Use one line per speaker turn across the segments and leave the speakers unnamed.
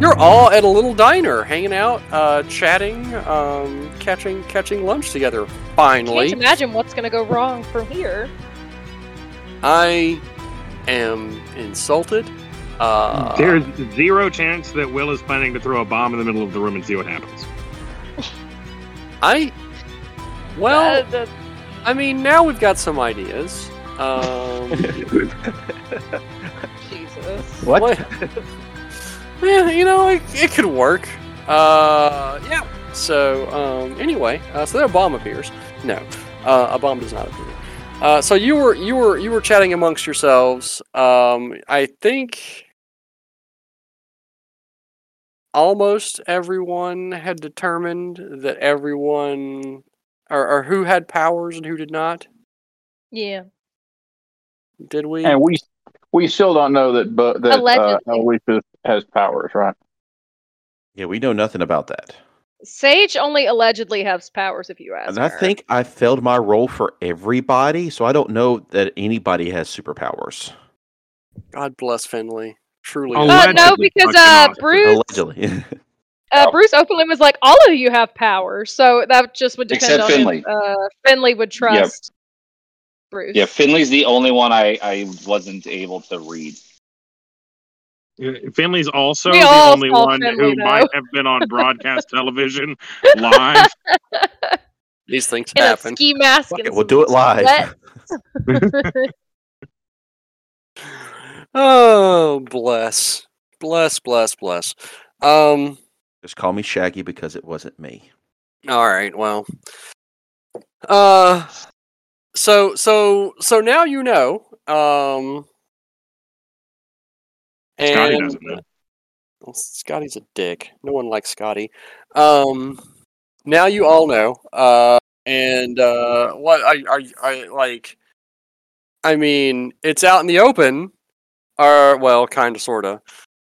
we're all at a little diner, hanging out, uh, chatting, um, catching catching lunch together. Finally,
Can't imagine what's gonna go wrong from here.
I am insulted. Uh,
There's zero chance that Will is planning to throw a bomb in the middle of the room and see what happens.
I well,
Uh, the-
I mean, now we've got some ideas. Um,
Jesus.
What?
yeah, you know, it, it could work. Uh, yeah. So um, anyway, uh, so then a bomb appears. No, uh, a bomb does not appear. Uh, so you were you were you were chatting amongst yourselves. Um, I think almost everyone had determined that everyone or, or who had powers and who did not.
Yeah.
Did we?
And we we still don't know that but that uh,
Allegedly.
Aloysius has powers, right?
Yeah, we know nothing about that.
Sage only allegedly has powers, if you ask.
And I
her.
think I failed my role for everybody, so I don't know that anybody has superpowers.
God bless Finley. Truly.
Oh,
is.
Uh, no,
Allegedly
because
fucking
uh,
awesome.
Bruce
Allegedly.
uh,
Oh.
Bruce openly was like, "All of you have powers," so that just would depend
Except
on
Finley.
if uh, Finley would trust Bruce.
Yeah, Finley's the only one I, I wasn't able to read.
Uh, Finley's also
We
the
all
only
saw
one
Finley,
who
though.
might have been on broadcast television live.
These things
in a
happen.
ski mask.
Fuck
and
it, we'll do it live.
sweat.
Oh, bless. Bless, bless, bless. Um
Just call me Shaggy because it wasn't me.
all right, well. Uh so so so now you know. Um
Scotty
and-
doesn't know.
Well, Scotty's a dick. No one likes Scotty. Um, now you all know. Uh, and uh, what I, I, I like. I mean, it's out in the open. Or well, kind of, sorta.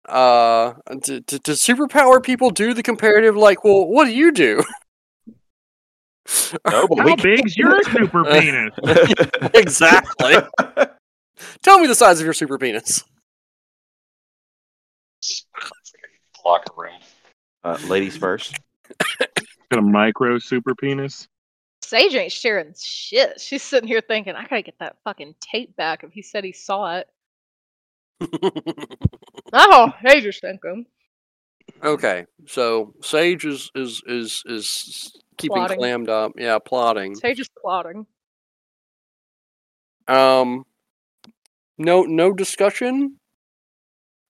Uh, do, do, do superpower people do the comparative? Like, well, what do you do?
No, but
How big's your super
Uh,
penis?
exactly. Tell me the size of your super penis.
Locker room.
uh, ladies first.
Got a micro super penis.
Sage ain't sharing shit. She's sitting here thinking, "I gotta get that fucking tape back." If he said he saw it. Oh, Sage is thinking.
Okay, so Sage is is is is keeping
Plotting.
clammed up. Yeah, plotting.
Sage is plotting.
Um, no, no discussion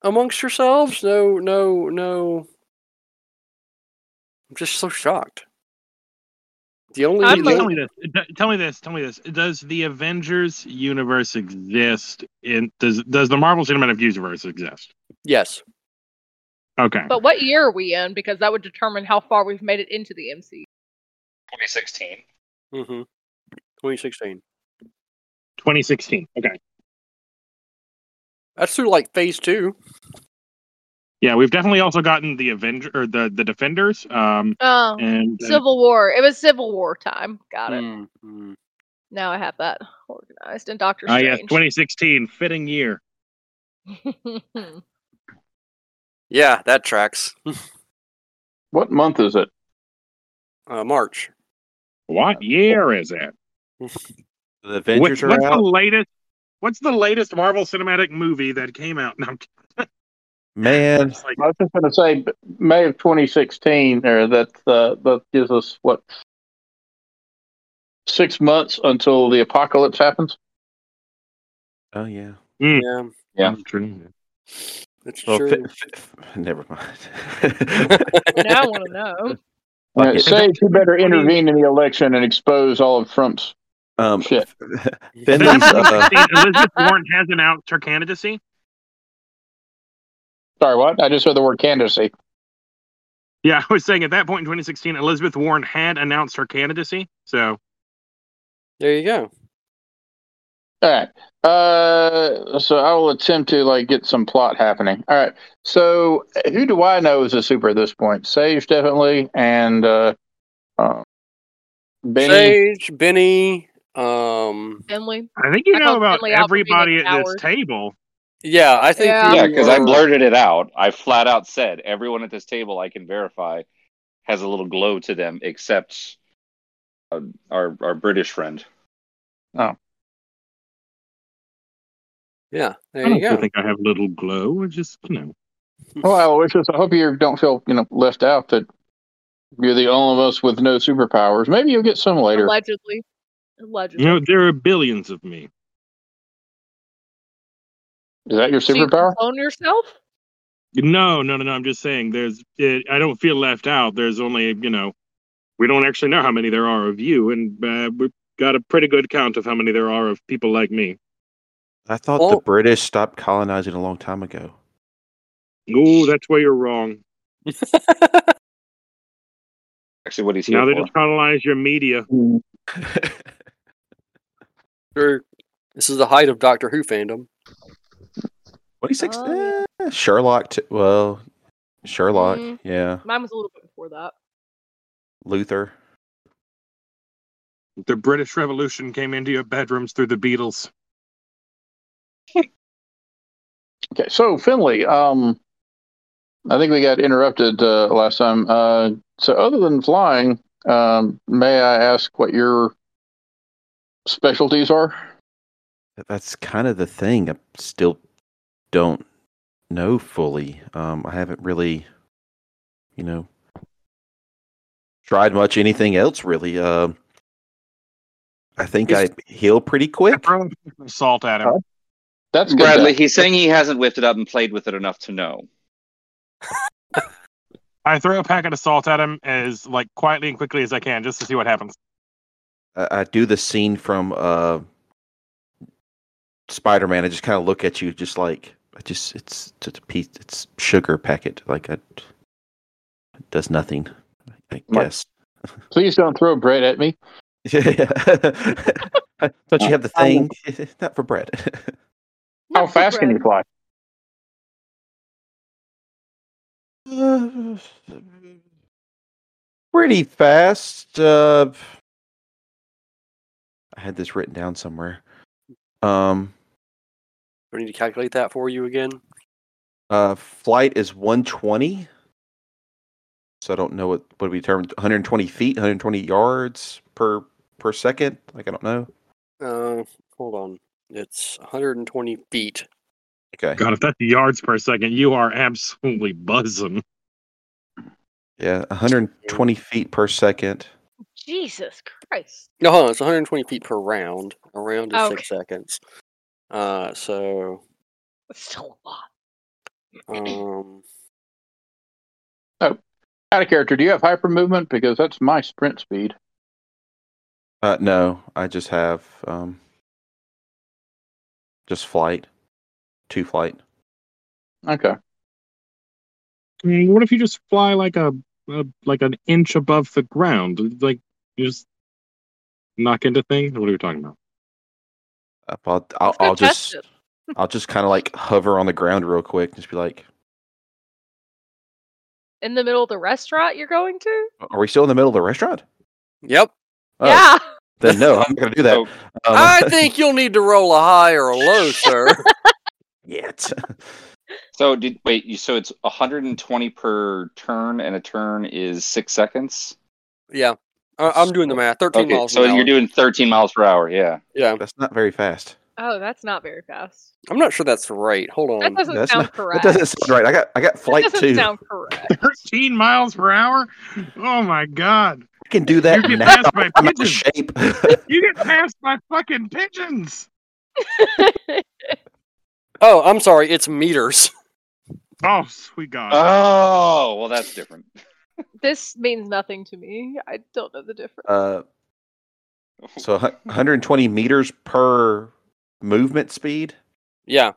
amongst yourselves. No, no, no. I'm just so shocked. The only,
I'm
the
like-
Tell
only-
me this. D- Tell me this. Tell me this. Does the Avengers universe exist? In does does the Marvel Cinematic Universe exist?
yes,
Okay.
But what year are we in? Because that would determine how far we've made it into the MCU.
2016.
mm-hmm. 2016.
2016. Okay.
That's through like phase two.
Yeah, we've definitely also gotten the Avenger or the the Defenders. Um,
Oh,
Mm,
and
Civil War. It was Civil War time. Got it. Mm-hmm.
Mm,
Now I have that organized. And Doctor
Oh,
I guess
Strange.
2016, fitting year.
Yeah, that tracks.
What month is it?
Uh, March.
What year is it?
The Avengers
What- what's
are
the
out.
latest? What's the latest Marvel Cinematic movie that came out? No, I'm kidding.
Man,
It's like
I was just going to say b- May of 2016. There, that uh, that gives us what six months until the apocalypse happens.
oh yeah.
Yeah,
Yeah.
that's
Well,
true.
fi- fi- never mind.
now I want to know.
Fuck
Yeah,
it.
say you better intervene in the election and expose all of Trump's.
um,
Shit.
Mm-hmm.
Finley's, uh,
2016, Elizabeth Warren has announced her candidacy.
Sorry, what? I just heard the word candidacy.
Yeah, I was saying at that point in 2016, Elizabeth Warren had announced her candidacy. So
there you go.
All right. Uh, so I will attempt to like get some plot happening. All right. So who do I know is a super at this point? Sage definitely, and uh, uh, Benny.
Sage, Benny. Um,
Finley.
I think you
I
know
called
about
Finley out for being a
everybody at this
coward.
table.
Yeah, I think.
Yeah.
Um,
we
Yeah, because I
were-
blurted it out. I flat out said everyone at this table I can verify has a little glow to them, except uh, our our British friend.
Yeah, there
I don't
you go. Oh,
think I have little glow. I just, you know,
Well, Aloysius, Oh, I hope you don't feel you know left out that you're the only of us with no superpowers. Maybe you'll get some later.
Allegedly. Allegedly.
you know, there are billions of me.
Is that your
So you
superpower?
clone yourself?
No, no, no, no. I'm just saying, there's. It, I don't feel left out. There's only, you know, we don't actually know how many there are of you, and uh, we've got a pretty good count of how many there are of people like me.
I thought
Well-
the British stopped colonizing a long time ago.
Oh, that's where you're wrong.
Actually, what he's here
Now they
for.
just colonize your media.
Sure. This is the height of Doctor Who fandom.
26
Oh, yeah.
eh, Sherlock t- well Sherlock,
Mhm.
yeah.
Mine was a little bit before that.
Luther.
The British Revolution came into your bedrooms through the Beatles.
Okay, so Finley, um, I think we got interrupted uh, last time. Uh, so, other than flying, um, may I ask what your specialties are?
Th- That's kind of the thing. I still don't know fully. Um, I haven't really, you know, tried much anything else really. Um, I think
Is-
I heal pretty quick.
Throw a salt at him.
Huh? That's good.
Bradley,
Dad.
he's saying he hasn't whipped it up and played with it enough to know.
I throw a packet of salt at him as like quietly and quickly as I can, just to see what happens.
I, I do the scene from uh, Spider Man. I just kind of look at you, just like I just it's it's a piece, it's sugar packet. Like I, it does nothing. I
Right.
guess.
Please don't throw bread at me.
Yeah. Don't you have the thing? Not for bread.
How
Not so
fast can
great.
you fly?
Uh, pretty fast. Uh, I had this written down somewhere. Um,
Do I need to calculate that for you again?
uh, flight is 120. So I don't know what what we termed 120 feet, 120 yards per per second. Like I don't know.
Uh, hold on. It's 120 feet.
Okay.
God, if that's yards per second, you are absolutely buzzing.
Yeah, 120 feet per second.
Jesus Christ.
No, hold on. It's 120 feet per round. A round is
Oh,
six seconds. Uh, so
That's still a lot.
um,
Out of character, do you have hyper movement? Because that's my sprint speed.
Uh, no, I just have um, just flight, two flight.
Okay.
I mean, what if you just fly like a, a like an inch above the ground? Like you just knock into things? What are we talking about?
Uh, I'll
Let's
I'll,
go
I'll
test
just
it.
I'll just kind of like hover on the ground real quick, just be like,
In the middle of the restaurant you're going to?
"Are we still in the middle of the restaurant?"
yep.
Oh,
Yeah.
Then no, I'm not gonna do that. Um,
So-
I think you'll need to roll a high or a low, sir.
yet.
So did wait? You so it's 120 per turn, and a turn is six seconds.
yeah, I- I'm doing the math. 13
Okay,
miles.
so
an
you're
hour.
doing 13 miles per hour. Yeah,
Yeah,
That's not very fast.
Oh, that's not very fast.
I'm not sure that's right. Hold
That
on.
doesn't
That's
sound
not,
correct.
That doesn't sound right. I got I got
That
flight
doesn't
two.
sound correct.
13 miles per hour? Oh my god.
I can do that
You can
now.
pass my
I'm out of
pigeons.
shape.
You get passed by fucking pigeons.
Oh, I'm sorry. It's meters.
Oh, sweet god.
Oh, well, that's different.
this means nothing to me. I don't know the difference.
uh, so hu- 120 meters per movement speed.
Yeah.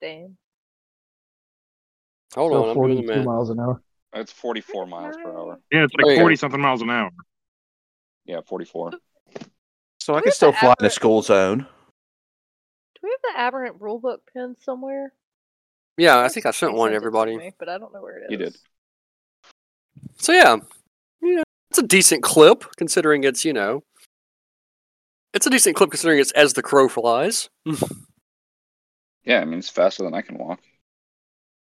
Damn.
Hold on.
Go
I'm doing the
42
math.
miles an hour.
That's 44 miles per hour.
Yeah, it's
Oh,
like
yeah.
40 something miles an hour.
Yeah, 44.
So I
What
can
is
still
the
fly in the
average-
school zone.
Do we have the aberrant rulebook pen somewhere?
Yeah, I think I
You
sent one
sent
to
it
everybody.
me, but I don't know where it is.
You did.
So yeah, yeah, it's a decent clip considering it's you know, It's a decent clip considering it's as the crow flies.
Yeah, I mean it's faster than I can walk.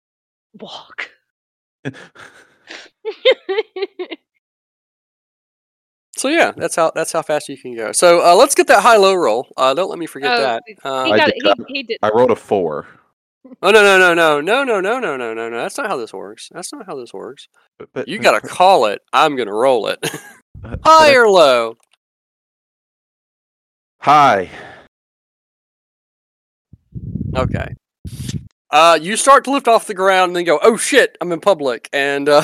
Walk.
So yeah, that's how that's how fast you can go. So uh, let's get that high low roll. Uh, don't let me forget
Oh,
that.
he he
Uh,
I
got it.
did
He, he did.
I rolled a four.
oh no no no no no no no no no no no. That's not how this works. That's not how this works.
But, but
You
but-
gotta
but-
call it. I'm gonna roll it.
but- but I-
High or low?
High.
Okay. Uh, you start to lift off the ground and then go, "Oh shit, I'm in public," and uh,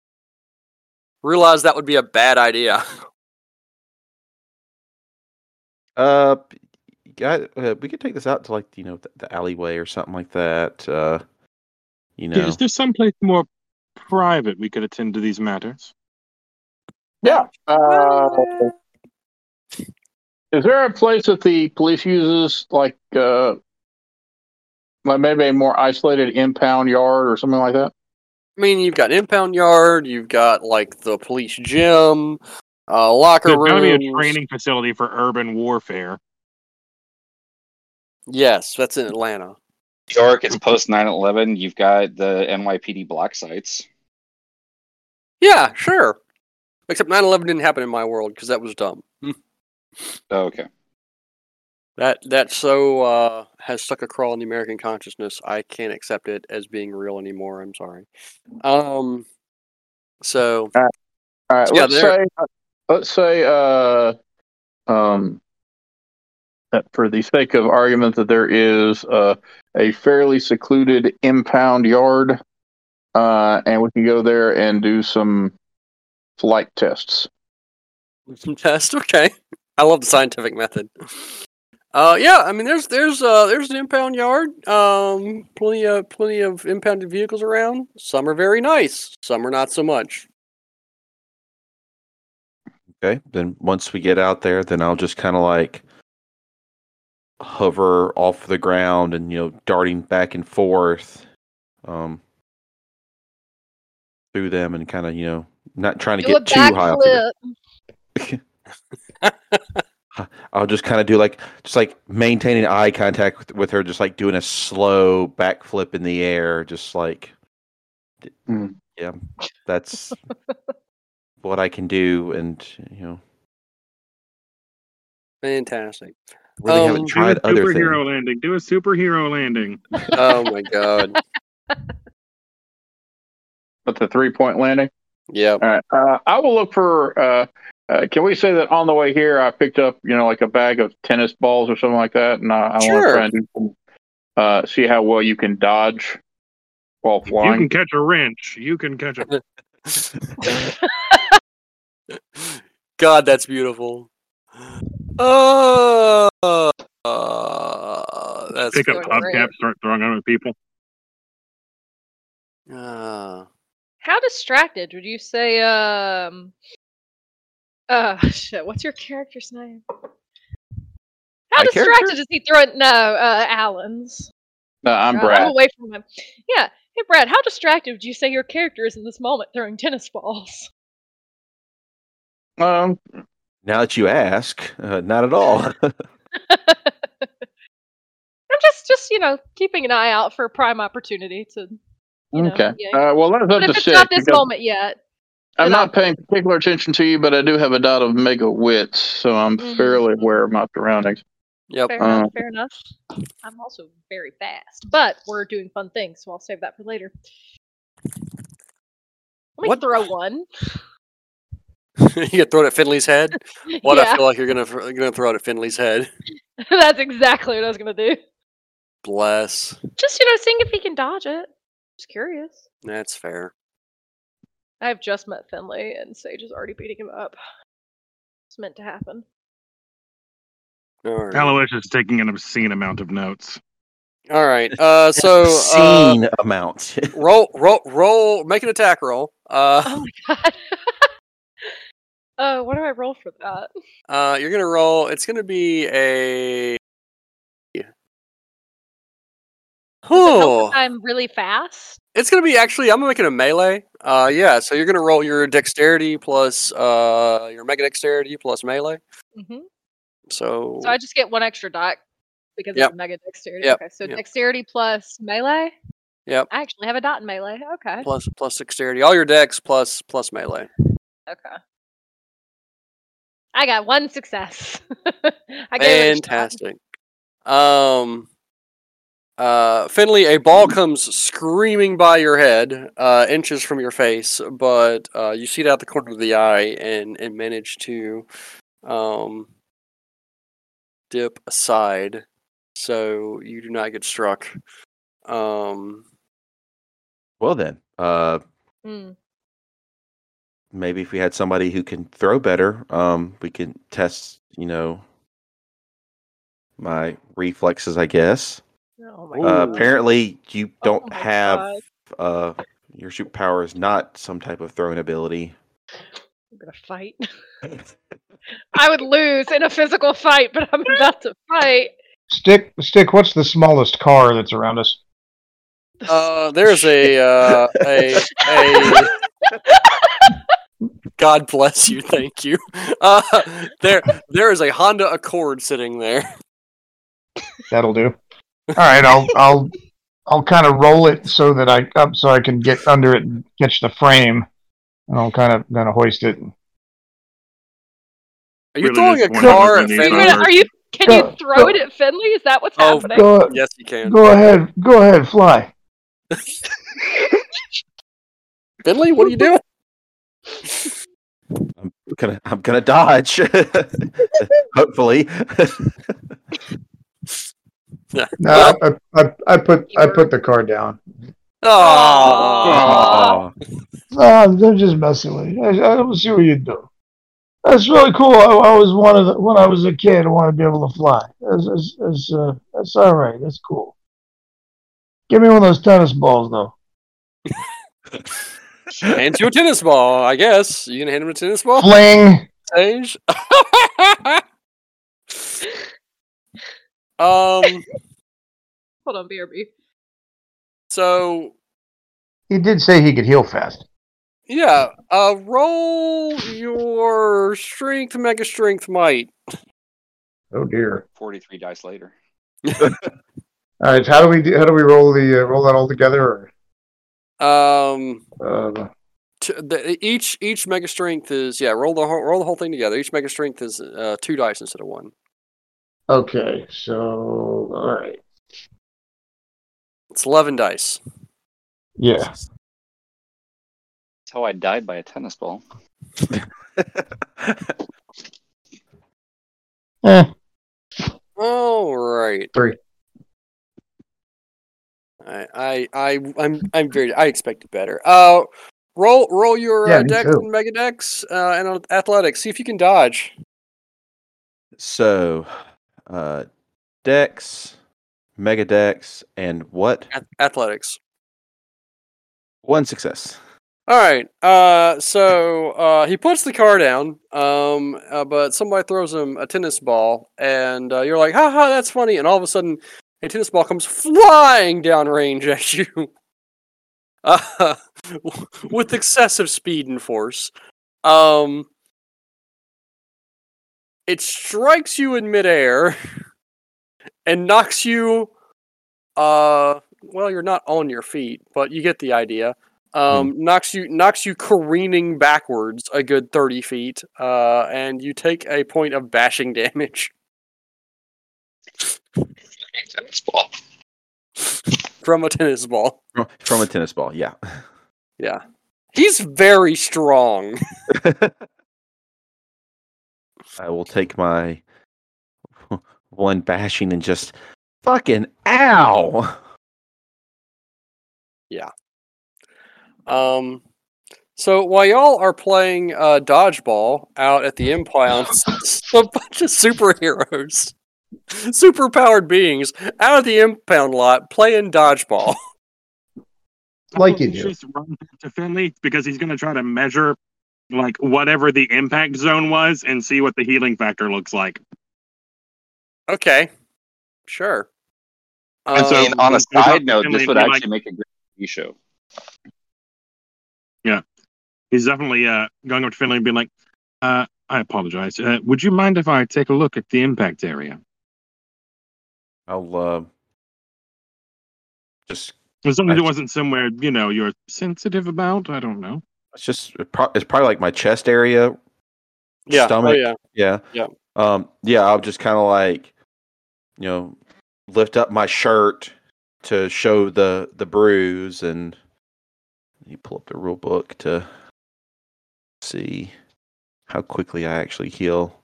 realize that would be a bad idea.
Uh, you got, uh, we could take this out to like you know the, the alleyway or something like that. Uh, you know,
Is there someplace more private we could attend to these matters?
Yeah. Uh, is there a place that the police uses, like, uh, like maybe a more isolated impound yard or something like that?
I mean, you've got impound yard, you've got like the police gym, uh, locker
There's
room.
gotta be a training facility for urban warfare.
Yes, that's in Atlanta.
New York is post 9/11. You've got the NYPD block sites.
Yeah, sure. Except 9/11 didn't happen in my world because that was dumb.
Hmm.
Oh, okay.
That that so uh, has stuck a crawl in the American consciousness. I can't accept it as being real anymore. I'm sorry. Um, so
All right.
Yeah,
let's
there-
say, let's say, uh, um, that for the sake of argument, that there is uh, a fairly secluded impound yard, uh, and we can go there and do some flight tests.
test. Okay, I love the scientific method. Uh, yeah, I mean, there's there's uh, there's an impound yard. Um, plenty of plenty of impounded vehicles around. Some are very nice. Some are not so much.
okay. Then once we get out there, then I'll just kind of like hover off the ground and you know darting back and forth, um, through them and kind of you know not trying to
Do a
get too high. Up there.
backflip.
I'll just kind of do like just like maintaining eye contact with, with her, just like doing a slow backflip in the air, just like d-
Mm.
yeah, that's what I can do, and you know,
Fantastic.
really
Um,
haven't
Do a
tried other
superhero
things.
landing. Do a superhero landing.
Oh my god.
That's a three point landing.
Yep.
All right. Uh, I will look for. Uh, uh, can we say that on the way here, I picked up, you know, like a bag of tennis balls or something like that, and I, I want
Sure.
to try and do some, uh, see how well you can dodge while
You can
flying.
catch a wrench. You can catch a.
God, that's beautiful. Oh, that's
Pick up
Going
hubcaps,
great.
start throwing them at people.
Ah.
How distracted would you say? Um. Uh, shit. What's your character's name? How
My
distracted
character?
is he throwing? No, uh, Alan's.
Uh, I'm
Uh,
Brad.
I'm away from him. Yeah. Hey, Brad. How distracted would you say your character is in this moment throwing tennis balls?
Um,
Now that you ask, uh, not at all.
I'm just, just you know, keeping an eye out for a prime opportunity to. You know,
okay.
yeah.
Uh, well, that's up
But
to
if it's
six.
not this
because
moment yet,
I'm
then
not paying particular attention to you, but I do have a dot of mega wits, so I'm
Mhm.
fairly aware of my surroundings.
Yep. Uh-huh.
fair
Uh.
enough. Fair enough. I'm also very fast, but we're doing fun things, so I'll save that for later. Let me
What-
throw one.
you get thrown at Finley's head. What I
yeah,
feel like you're gonna you're gonna throw it at Finley's head.
that's exactly what I was gonna do.
Bless.
Just you know, seeing if he can dodge it. Just curious.
That's fair.
I've just met Finley, and Sage is already beating him up. It's meant to happen.
All right.
Aloysius is taking an obscene amount of notes.
All right. Uh, so uh,
obscene amount.
roll, roll, roll. Make an attack roll. Uh,
Oh my god. uh, what do I roll for that?
uh, you're gonna roll. It's gonna be a.
Does it help
Oh,
if I'm really fast?
it's gonna be actually. I'm making a melee. Uh, yeah. So you're gonna roll your dexterity plus uh your mega dexterity plus melee.
Mm-hmm.
So,
So I just get one extra dot because
Yep.
it's a mega dexterity.
Yep,
Okay, so
yep.
dexterity plus melee.
Yep.
I actually have a dot in melee. Okay.
plus plus dexterity, all your decks plus plus melee.
Okay. I got one success. I gave it a shot.
Fantastic. Um, uh, Finley, a ball comes screaming by your head, uh, inches from your face, but uh, you see it out the corner of the eye and and manage to um, dip aside, so you do not get struck. Um,
Well then, uh,
Mm.
maybe if we had somebody who can throw better, um, we can test, you know, my reflexes, I guess.
Oh
Ooh.
my
Uh,
gosh.
apparently, you
Oh
don't
my
have
God.
uh, your shoot power is not some type of throwing ability.
I'm gonna fight. I would lose in a physical fight, but I'm about to fight.
Stick, stick. What's the smallest car that's around us?
uh, there's a uh, a a. God bless you. Thank you. Uh, there, there is a Honda Accord sitting there.
That'll do. All right, I'll I'll I'll kind of roll it so that I up so I can get under it and catch the frame, and I'll kind of kind of hoist it.
Are you
Really
throwing a
disappointed with
car
the
at
new
Are you,
Finley?
driver.
gonna- are you- Can
Go,
you throw
go.
it at Finley? Is that what's
Oh,
happening?
Go
Yes, you can.
go ahead, go ahead, fly.
Finley, what are you doing?
Gonna- I'm gonna dodge, hopefully.
No, I, I, I, I put I put the car down.
Oh,
Aw.
Ah, they're just messing with you. I, I don't see what you do. That's really cool. I, I always wanted to- when I was a kid. I wanted to be able to fly. That's that's that's, uh, that's all right. That's cool. Give me one of those tennis balls, though.
hands you a tennis ball, I guess. You gonna hand him a tennis ball,
Fling.
Sage? um.
Hold on, BRB.
So
He did say he could heal fast.
yeah, uh, roll your strength, mega strength, might.
Oh dear.
Forty-three dice later.
All right. How do we do, how do we roll the uh, roll that all together?
Um.
Or, uh,
t- the, each each mega strength is yeah roll the whole roll the whole thing together each mega strength is uh, two dice instead of one
okay. So all right.
it's 11 dice
Yeah.
That's how I died by a tennis ball.
Eh,
all right
Three.
i i, I i'm i'm very i expected better uh roll roll your
Yeah,
uh,
me
dex
too.
and mega dex uh, and a- athletics see if you can dodge
so, uh, Dex, Mega Dex, and what?
Ath- athletics
One success.
all right uh so uh he puts the car down um uh, but somebody throws him a tennis ball and uh, you're like "Ha ha, that's funny and all of a sudden a tennis ball comes flying down range at you uh, with excessive speed and force. Um, it strikes you in midair and knocks you. Uh, well, you're not on your feet, but you get the idea. Um,
Hmm.
knocks you knocks you careening backwards a good thirty feet, uh, and you take a point of bashing damage
Tennis ball.
from a tennis ball.
Fro- From a tennis ball, yeah.
He's very strong.
I will take my one bashing and just fucking ow.
Um, so while y'all are playing uh, dodgeball out at the impound, a bunch of superheroes, superpowered beings, out of the impound lot playing dodgeball.
Like you
Well,
do.
let's Just run back to Finley because he's going to try to measure like whatever the impact zone was and see what the healing factor looks like.
Okay, sure. Uh, Um,
And so-
and on a
there's no
side note,
possibility
this would
we might-
actually make a great TV show.
He's definitely uh, going up to Finley and being like, uh, I apologize. Uh, would you mind if I take a look at the impact area?
I'll uh, just
As long as
I-
it wasn't somewhere you know you're sensitive about. I don't know.
it's just it pro- it's probably like my chest area.
Yeah.
Stomach.
Oh yeah.
Yeah.
Yeah.
Um. Yeah. I'll just kind of like, you know, lift up my shirt to show the the bruise, and you pull up the rule book to see how quickly I actually heal.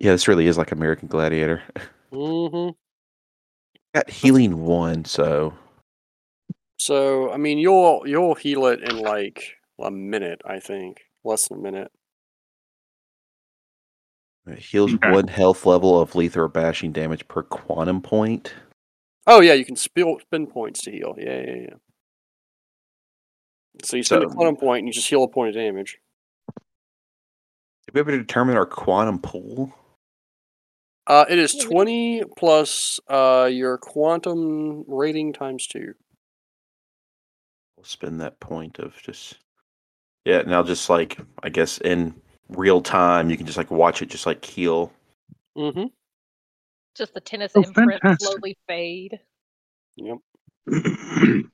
Yeah, this really is like American Gladiator.
hmm
got healing one, so
So I mean, you'll you'll heal it in like a minute, I think, less than a minute.
it heals
Okay.
one health level of lethal or bashing damage per quantum point.
Oh yeah, you can spill spend points to heal. Yeah, yeah, yeah. So you spend a
So-
quantum point and you just heal a point of damage.
Did we ever determine our quantum pool?
Uh, it is
Yeah, we-
twenty plus uh, your quantum rating times two.
We'll spend that point of just yeah, and I'll just like I guess in real time you can just like watch it just like heal.
Mm-hmm.
Just the tennis
Oh,
imprint
fantastic.
slowly fade.
Yep.
it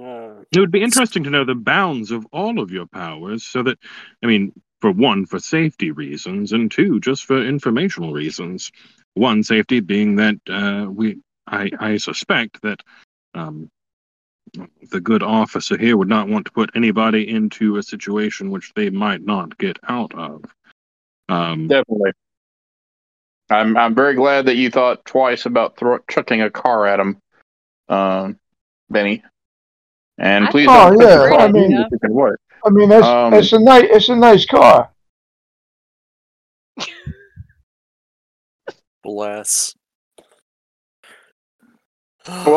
Uh,
would be interesting to know the bounds of all of your powers, so that I mean, for one, for safety reasons, and two, just for informational reasons. One safety being that uh, we, I, I suspect that um, the good officer here would not want to put anybody into a situation which they might not get out of. Um,
Definitely. I'm I'm very glad that you thought twice about thro- chucking a car at him, um, Benny. And
I
please
thought-
don't
Oh,
put
yeah,
your
I
car
mean-
if it can work.
I mean, that's
Um,
it's a nice it's a nice car.
bless.
Well,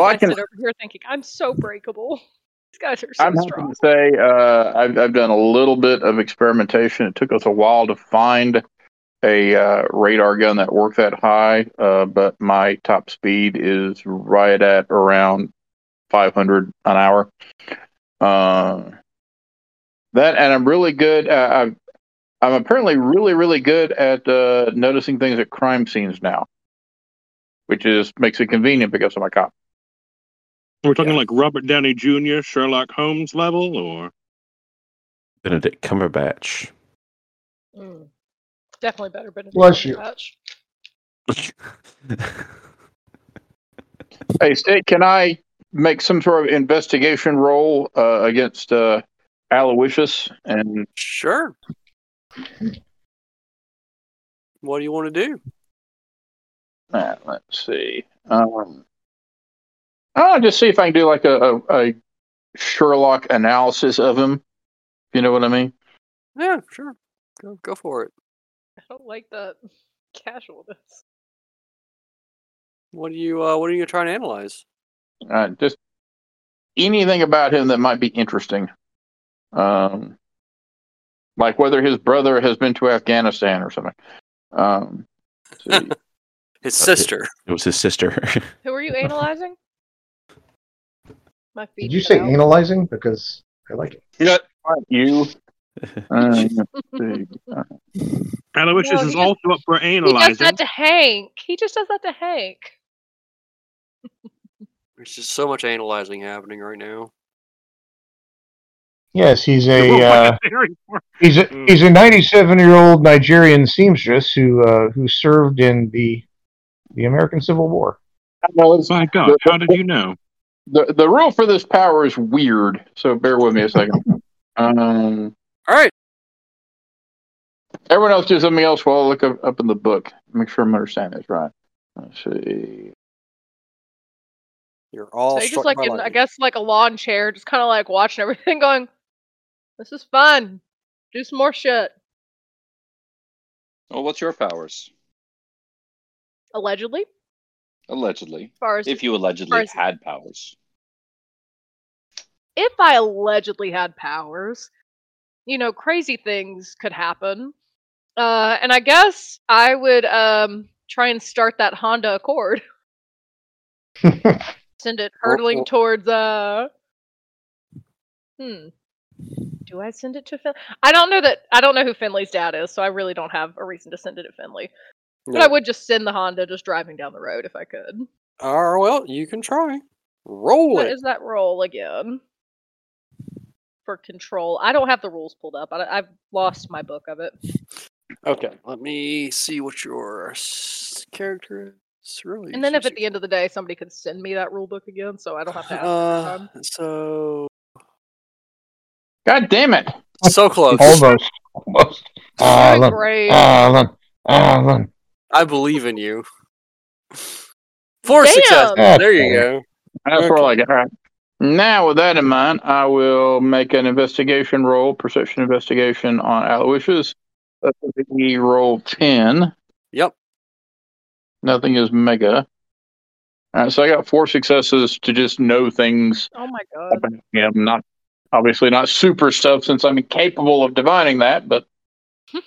I
I
can.
sit over here thinking, I'm so breakable. These guys are so
I'm happy
strong.
to say uh, I've I've done a little bit of experimentation. It took us a while to find a uh, radar gun that worked that high, uh, but my top speed is right at around 500 an hour. Uh, that and I'm really good. Uh, I'm I'm apparently really really good at uh, noticing things at crime scenes now, which is makes it convenient because I'm a cop.
we're talking like Robert Downey Jr., Sherlock Holmes level, or
Benedict Cumberbatch.
Mm. Definitely better Benedict
Bless you.
Cumberbatch.
Hey, State, can I make some sort of investigation roll uh, against uh, Aloysius? And
Sure. What do you want to do?
uh, let's see. Um, I'll just see if I can do like a, a, a Sherlock analysis of him. if You know what I mean?
Yeah, sure. Go go for it.
I don't like that casualness.
What do you uh, what are you trying to analyze?
Uh, just anything about him that might be interesting. Um, like whether his brother has been to Afghanistan or something. Um, let's see.
His
Uh, it-
sister.
it was his sister.
Who are you analyzing? My feet.
Did you
cut
say
out.
analyzing? Because I like it.
you. Um, let's see.
Aloysius
No,
is
he just-
also up for
He does
analyzing.
that to Hank. He just does that to Hank.
There's just so much analyzing happening right now.
Yes, he's
You're
a
like
uh,
a very-
he's a
Mm.
he's a 97 year old Nigerian seamstress who uh, who served in the the American Civil War.
No, it's-
My God, how did you know?
the the rule for this power is weird, so bear with me a second. um,
All right.
everyone else do something else while I look up, up in the book. Make sure I'm understanding this right. Let's see.
You're all
so he's
struck
just like
by
in, I
lightning.
guess, like a lawn chair, just kind of like watching everything, going, "This is fun. Do some more shit."
Well, what's your powers?
Allegedly, as
Allegedly.
far as
If you allegedly
Powers.
had powers.
if I allegedly had powers, you know, crazy things could happen. Uh, and I guess I would um, try and start that Honda Accord, send it
Or-
hurtling
or-
towards. Uh, hmm. Do I send it to Fin? I don't know that. I don't know who Finley's dad is, so I really don't have a reason to send it to Finley. But I
Nope.
would just send the Honda just driving down the road if I could.
Ah, well, you can try. Roll
What
it.
is that roll again? For control, I don't have the rules pulled up. I, I've lost my book of it.
Okay, let me see what your s- character is. Really,
And then if
it's
at the end of the day somebody could send me that rule book again, so I don't have to ask. every
uh,
time.
so
God damn it!
so close.
Almost. Almost. Ah,
Good
look.
grade.
Ah, look. Ah, look.
I believe in you. Four
Damn!
successes.
Ah,
There you
damn.
go.
That's where
Okay.
I got. All right. Now, with that in mind, I will make an investigation roll, perception investigation on Aloysius. That would be roll 10.
Yep.
Nothing is mega. All right, so I got four successes to just know things
Oh my god.
about him. Not obviously not super stuff since I'm incapable of divining that, but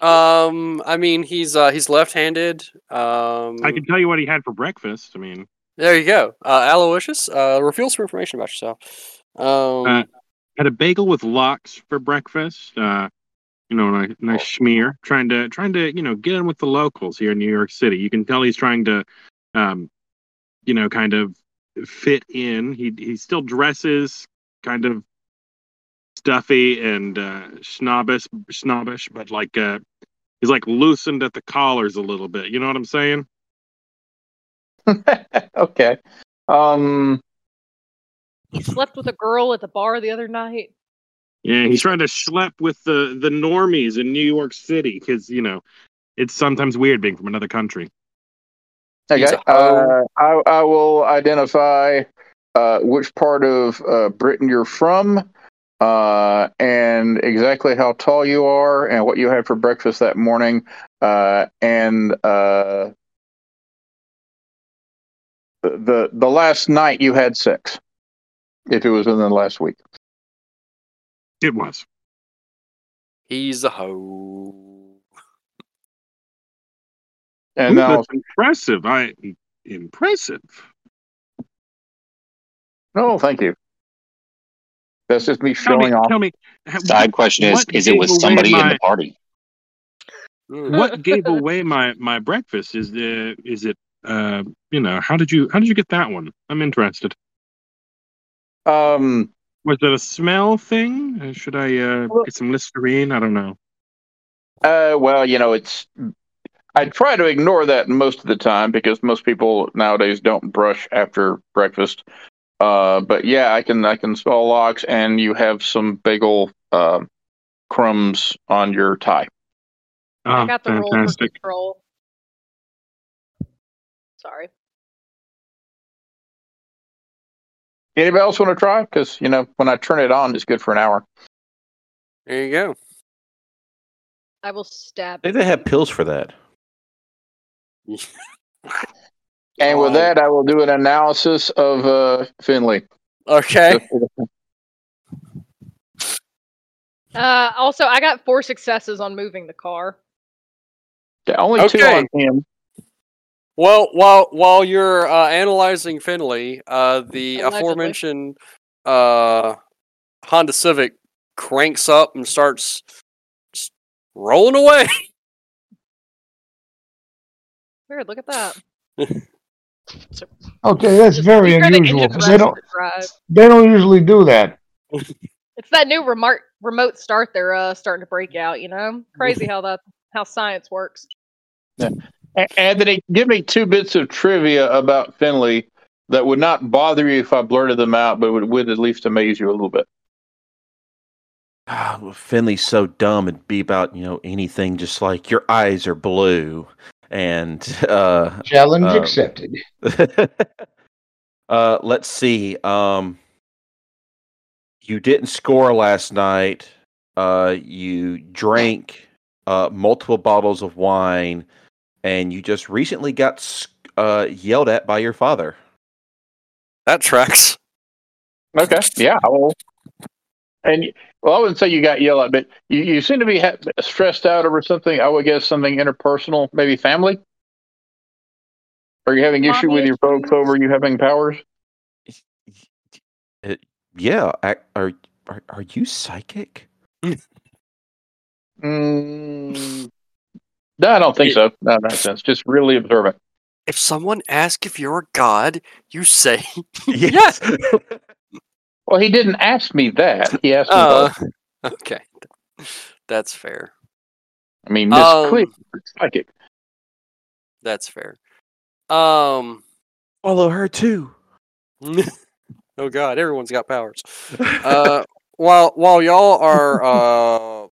Um, I mean, he's uh, he's left-handed. Um,
I can tell you what he had for breakfast. I mean,
there you go. Uh, Aloysius, uh, reveal some information about yourself. Um,
Uh, had a bagel with lox for breakfast. Uh, you know, nice, nice schmear. Trying to trying to you know get in with the locals here in New York City. You can tell he's trying to, um, you know, kind of fit in. He he still dresses kind of stuffy and uh, snobbish, snobbish, but like uh, he's like loosened at the collars a little bit. You know what I'm saying?
okay. Um,
He slept with a girl at the bar the other night.
Yeah, he's trying to schlep with the the normies in New York City because you know it's sometimes weird being from another country.
He's
okay.
a
Uh,
hoe.
I, I will identify uh, which part of uh, Britain you're from, uh, and exactly how tall you are, and what you had for breakfast that morning, uh, and uh, the the last night you had sex, if it was within the last week.
It was.
he's a hoe.
And
Ooh,
then I'll
that's impressive. I impressive.
No, thank you. That's just me
Oh. Tell me,
showing off.
tell me. ha-
Side
What,
question is:
what
Is it
gave
with
away
somebody in
my-
the party?
Mm.
what gave away my my breakfast? Is the is it uh you know how did you how did you get that one? I'm interested.
Um,
Was it a smell thing? Uh, Should I uh,
Well-
get some Listerine? I don't know.
uh, well, you know, it's. I try to ignore that most of the time because most people nowadays don't brush after breakfast. Uh, but yeah, I can I can smell locks, and you have some bagel uh, crumbs on your tie.
I
Oh,
got the roll for
fantastic.
control. Sorry.
Anybody else want to try? Because you know, when I turn it on, it's good for an hour.
There you go.
I will stab.
I think they have pills for that.
And with
Oh.
that, I will do an analysis of uh, Finley.
Okay.
Uh, also, I got four successes on moving the car.
The only two
Okay.
on him.
Well, while while you're uh, analyzing Finley, uh, the
Allegedly.
aforementioned uh, Honda Civic cranks up and starts s- rolling away.
Weird. Look at that.
Ah, Okay, that's very
These are the
unusual
engine
because they don't
buttons that drive.
they don't usually do that.
It's that new remote remote start they're uh, starting to break out. You know, crazy how that how science works.
A- Anthony, give me two bits of trivia about Finley that would not bother you if I blurted them out, but would, would at least amaze you a little bit.
Ah, well, Finley's so dumb it'd be about you know anything, just like your eyes are blue, and uh,
Challenge
Um,
accepted.
uh, let's see. Um, you didn't score last night. Uh, you drank uh, multiple bottles of wine, and you just recently got s- uh, yelled at by your father.
That tracks.
Okay. Yeah. I will. And well, I wouldn't say you got yelled at, but you, you seem to be ha- stressed out over something. I would guess something interpersonal, maybe family. Are you having issue
Mommy
with your folks
issues?
over you having powers?
Uh, yeah, ac- are, are are you psychic?
Mm, no, I don't think so. No, no sense. Just really observant.
If someone asks if you're a god, you say
yes.
Well, he didn't ask me that. He asked me.
Uh,
about-
okay. That's fair.
I mean, Miss
um,
Cleaver, psychic.
That's fair. Um.
Follow her too.
oh God, everyone's got powers. Uh, while while y'all are uh,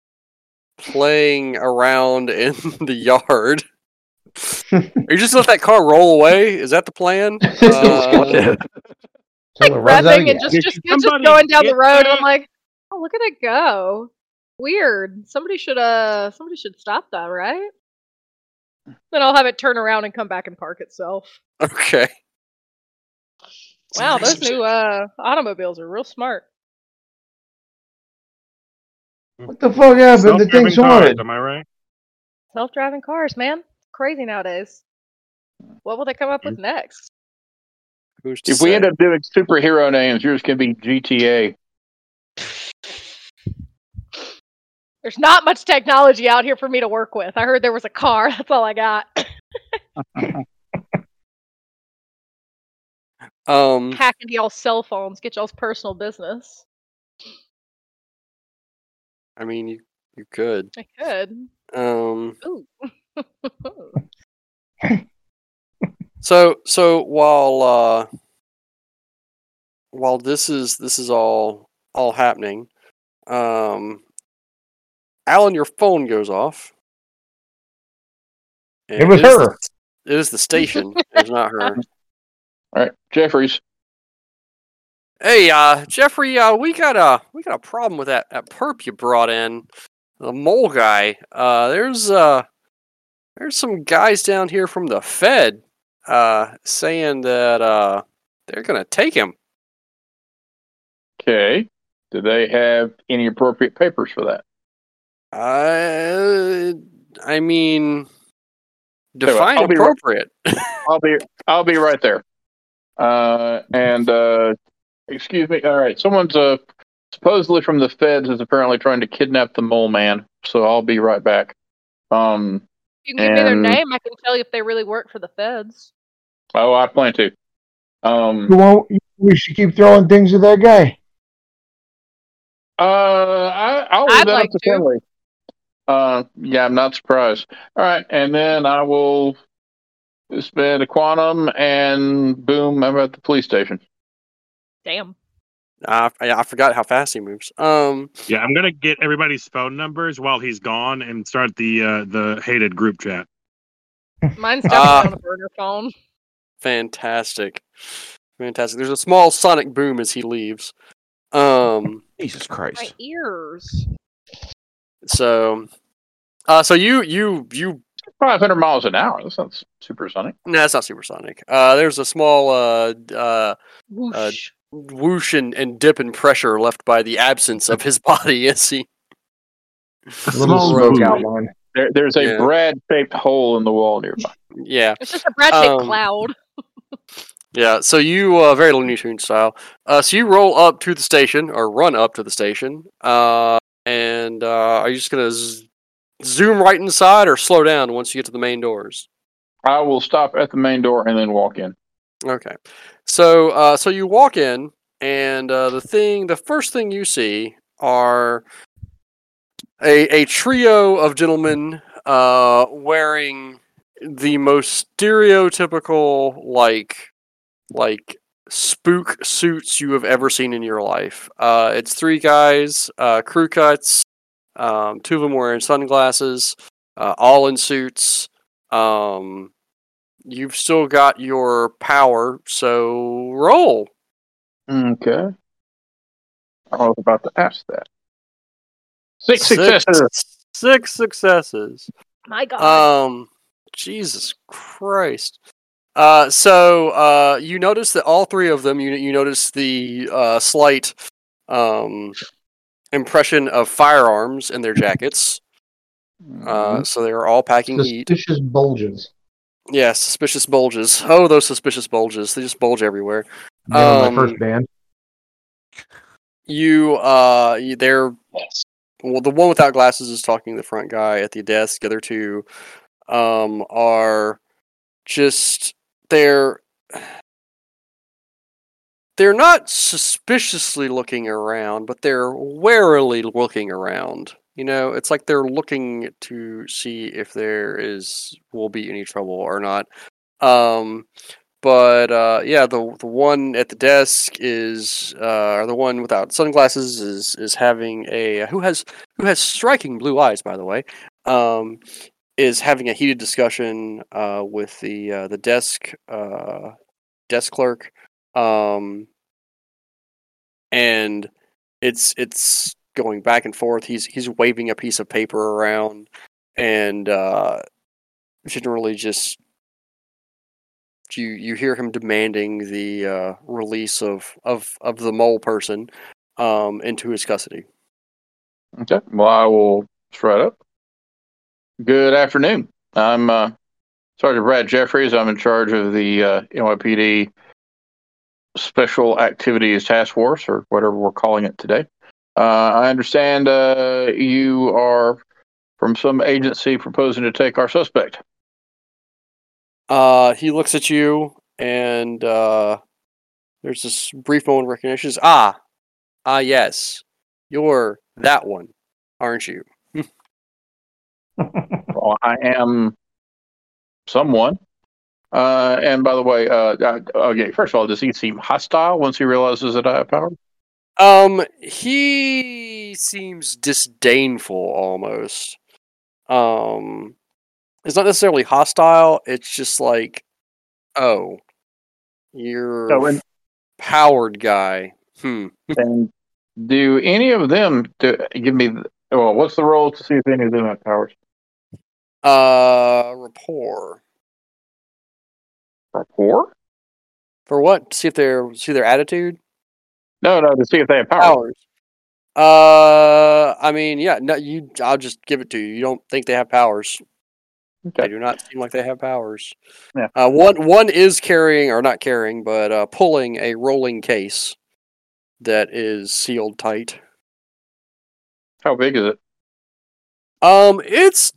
playing around in the yard, are you just let that car roll away? Is that the plan? Uh,
Till it runs out
like
of
revving and
gas.
just
Yeah,
just,
should
it's just
somebody
going down the
get
road. And
that?
I'm like, oh, look at it go. Weird. Somebody should uh somebody should stop that, right? Then I'll have it turn around and come back and park itself.
okay.
Wow, those
Somebody
new uh automobiles are real smart.
What the fuck happened? The
Self-driving
thing's
cars,
haunted.
am I right?
Self-driving cars, man, crazy nowadays. What will they come up with next?
Who's to
If we
say?
end up doing superhero names, yours can be GTA.
There's not much technology out here for me to work with. I heard there was a car. That's all I got.
Mm.
um.
Hack into y'all's cell phones. Get y'all's personal business.
I mean, you you could.
I could.
Um.
Ooh.
So so while uh while this is this is all all happening, um Alan your phone goes off. And
It was
is the-
her.
it is the station. it's not her.
All right, Jeffries.
Hey uh Jeffrey, uh we got a we got a problem with that, that perp you brought in. The mole guy. Uh there's uh there's some guys down here from the Fed uh saying that uh they're gonna take him.
Okay. Do they have any appropriate papers for that?
Uh, I mean,
you what,
define
I'll be right-
appropriate.
I'll be I'll be right there. Uh, and uh, excuse me. All right, someone's uh, supposedly from the feds is apparently trying to kidnap the mole man. So I'll be right back. Um.
you can give me their
And-
name. I can tell you if they really work for the feds.
Oh, I plan to.
You
Um.
won't. We should keep throwing things at that guy.
Uh. I, I'll leave
I'd
that
like
up to
to.
Finley. Uh. Yeah, I'm not surprised. All right, and then I will spend a quantum, and boom, I'm at the police station.
Damn.
I, I I forgot how fast he moves. Um,
Yeah, I'm gonna get everybody's phone numbers while he's gone and start the uh, the hated group chat.
Mine's
Ah.
definitely on a burner phone.
fantastic, fantastic. There's a small sonic boom as he leaves. Um,
Jesus
My
Christ.
ears.
Uh,
so, uh, so you you you.
Five hundred miles an hour. That sounds supersonic.
No, it's not supersonic. Uh, there's a small uh d- uh
Whoosh.
whoosh and, and dip in pressure left by the absence of his body as he.
A little
Small
smoke
boom.
outline.
There, there's a
Yeah.
Brad-shaped hole in the wall nearby.
Yeah,
it's just a Brad shaped
um,
cloud.
Yeah, so you uh, very Looney Tunes style. Uh, so you roll up to the station or run up to the station, uh, and uh, are you just gonna z- zoom right inside or slow down once you get to the main doors?
I will stop at the main door and then walk in.
Okay, so uh, so you walk in, and uh, the thing, the first thing you see are a a trio of gentlemen uh, wearing the most stereotypical like like spook suits you have ever seen in your life. Uh, it's three guys, uh, crew cuts. Um, two of them wearing sunglasses, uh, all in suits. Um, you've still got your power, so roll.
Okay. I was about to ask that. Six
Six-
successes.
six successes.
My
uh,
God.
Um, Jesus Christ. Uh, so uh, you notice that all three of them. You you notice the uh, slight um impression of firearms in their jackets. Uh, so they are all packing heat.
Suspicious bulges.
Yeah, suspicious bulges. Oh, those suspicious bulges. They just bulge everywhere.
Man on
Um,
my first band.
You uh, you- they're well, the one without glasses is talking to the front guy at the desk. The other two um, are just they're they're not suspiciously looking around, but they're warily looking around. You know, it's like they're looking to see if there is will be any trouble or not. Um, but uh, yeah, the the one at the desk is uh, or the one without sunglasses is is having a who has who has striking blue eyes, by the way. Um, is having a heated discussion uh, with the uh, the desk uh, desk clerk, um, and it's it's going back and forth. He's he's waving a piece of paper around, and uh, generally just you you hear him demanding the uh, release of of of the mole person um, into his custody.
Okay. Well, I will shut up. Good afternoon. I'm uh, Sergeant Brad Jeffries. I'm in charge of the uh, NYPD Special Activities Task Force, or whatever we're calling it today. Uh, I understand uh, you are from some agency proposing to take our suspect.
Uh, he looks at you, and uh, there's this brief moment of recognition. He says, Ah, ah, yes, you're that one, aren't you?
Well, I am someone. Uh, and by the way, uh, I, okay, first of all, does he seem hostile once he realizes that I have power?
Um, he seems disdainful almost. Um, it's not necessarily hostile. It's just like, oh, you're
No, and-
powered guy. Hmm.
And do any of them do, give me? Well, what's the role to see if any of them have powers?
Uh, rapport
Rapport?
for what? See if they're see their attitude.
No, no, to see if they have powers.
powers. Uh, I mean, yeah, no, you. I'll just give it to you. You don't think they have powers? They
Okay.
do not seem like they have powers.
Yeah.
Uh, one one is carrying or not carrying, but uh, pulling a rolling case that is sealed tight.
How big is it?
Um, it's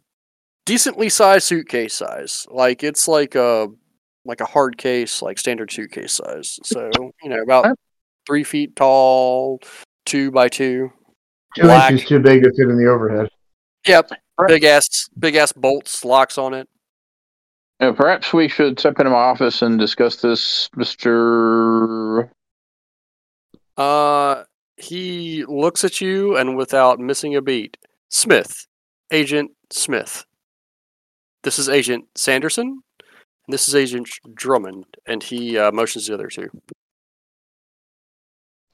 decently sized suitcase size. Like it's like a like a hard case, like standard suitcase size. So you know, about
Huh?
three feet tall, two by two.
Two
Black.
inches too big to fit in the overhead.
Yep.
Right.
Big ass big ass bolts, locks on it.
Uh, perhaps we should step into my office and discuss this, Mister.
Uh, he looks at you and without missing a beat, Smith, Agent Smith. This is Agent Sanderson. And this is Agent Drummond, and he uh, motions the other two.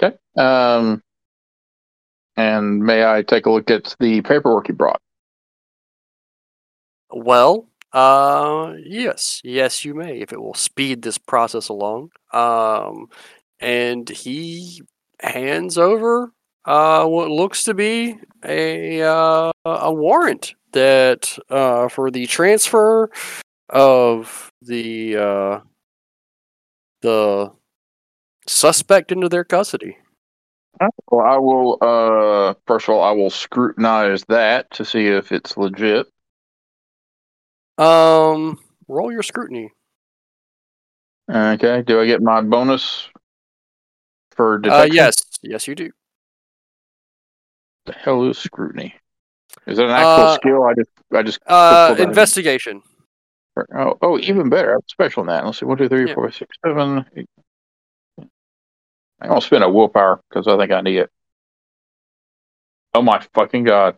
Okay. Um, and may I take a look at the paperwork you brought?
Well, uh, yes, yes, you may, if it will speed this process along. Um, and he hands over uh, what looks to be a uh, a warrant that uh, for the transfer of the uh, the suspect into their custody.
Well, I will. Uh, first of all, I will scrutinize that to see if it's legit.
Um, roll your scrutiny.
Okay. Do I get my bonus for detection?
Uh, yes, yes, you do.
the hell is scrutiny? Is it an actual
Uh,
skill? I just, I just.
Uh,
Quick pull down.
investigation.
Oh, oh, even better. I'm special in that. Let's see. One, two, three,
Yeah.
four, six, seven, eight. I'm gonna spend a willpower because I think I need it. Oh my fucking god!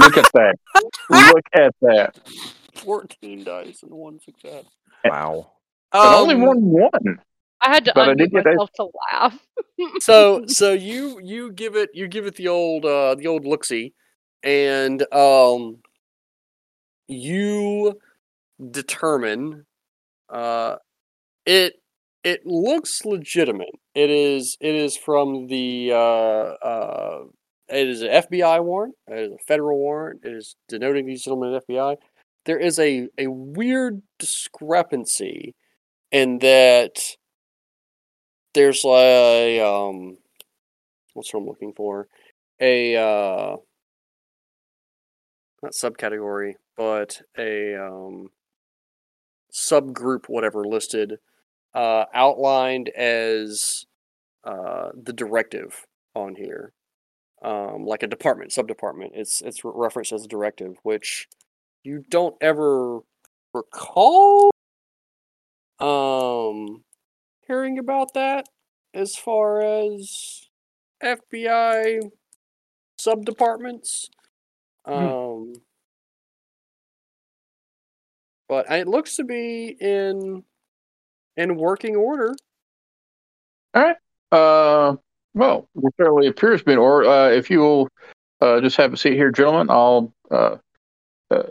Look at that! Look at that!
Fourteen dice and one success.
Wow.
But only
Um,
one one.
I had to
But I
unmute
did get that-
myself to laugh.
so so you you give it you give it the old uh the old looksy and um you determine uh it it looks legitimate it is it is from the uh uh it is an FBI warrant. It is a federal warrant. It is denoting these gentlemen at FBI. There is a, a weird discrepancy in that there's a um what's what I'm looking for? A uh not subcategory, but a um, subgroup, whatever listed, uh, outlined as uh, the directive on here, um, like a department, subdepartment. It's it's re- referenced as a directive, which you don't ever recall um hearing about that as far as FBI subdepartments. Um, but it looks to be in in working order.
Uh, well, it certainly appears to be. Or uh, if you will uh, just have a seat here, gentlemen, I'll uh, uh,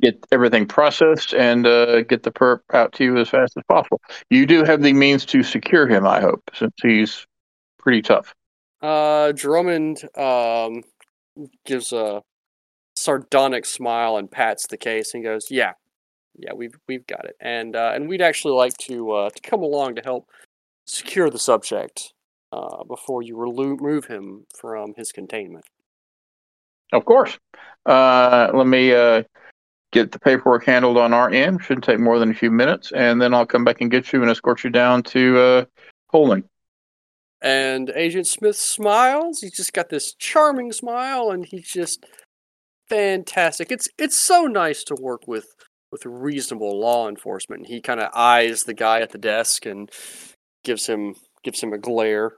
get everything processed and uh, get the perp out to you as fast as possible. You do have the means to secure him, I hope, since he's pretty tough.
Uh, Drummond um gives a sardonic smile and pats the case and goes, "Yeah, yeah, we've we've got it." And uh, and we'd actually like to uh, to come along to help secure the subject uh, before you relu- remove him from his containment.
Of course. Uh, let me uh, get the paperwork handled on our end. Shouldn't take more than a few minutes, and then I'll come back and get you and escort you down to uh, Poland.
And Agent Smith smiles. He's just got this charming smile, and he's just fantastic. It's it's so nice to work with with reasonable law enforcement. And he kind of eyes the guy at the desk and gives him gives him a glare.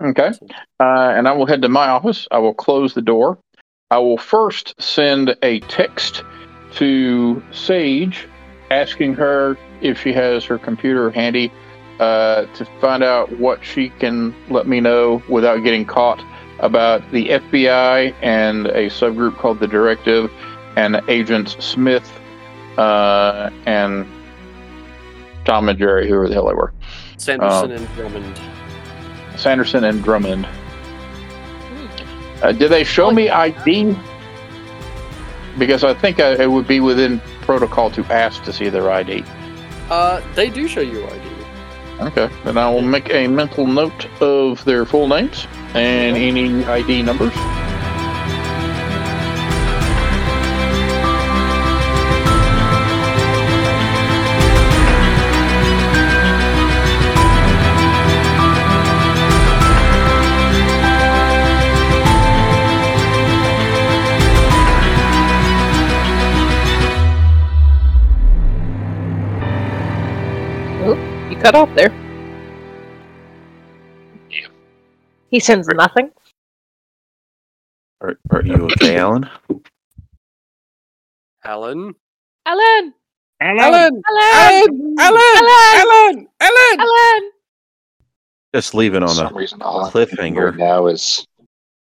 Okay. Uh, and I will head to my office. I will close the door. I will first send a text to Sage asking her if she has her computer handy uh, to find out what she can let me know without getting caught about the FBI and a subgroup called the Directive and Agents Smith uh, and Tom and Jerry, whoever the hell they were.
Sanderson and Drummond.
Sanderson and Drummond. Uh, did they show me ID? Because I think I, it would be within protocol to ask to see their ID.
Uh, they do show you ID.
Okay, then I will make a mental note of their full names and any ID numbers.
You cut off there. He sends nothing.
Are, are you okay, Alan?
Alan.
Alan!
Alan.
Alan!
Alan. Alan. Alan. Alan.
Alan!
Just leaving
For
on
some
a
reason, all I'm
cliffhanger.
thinking right now is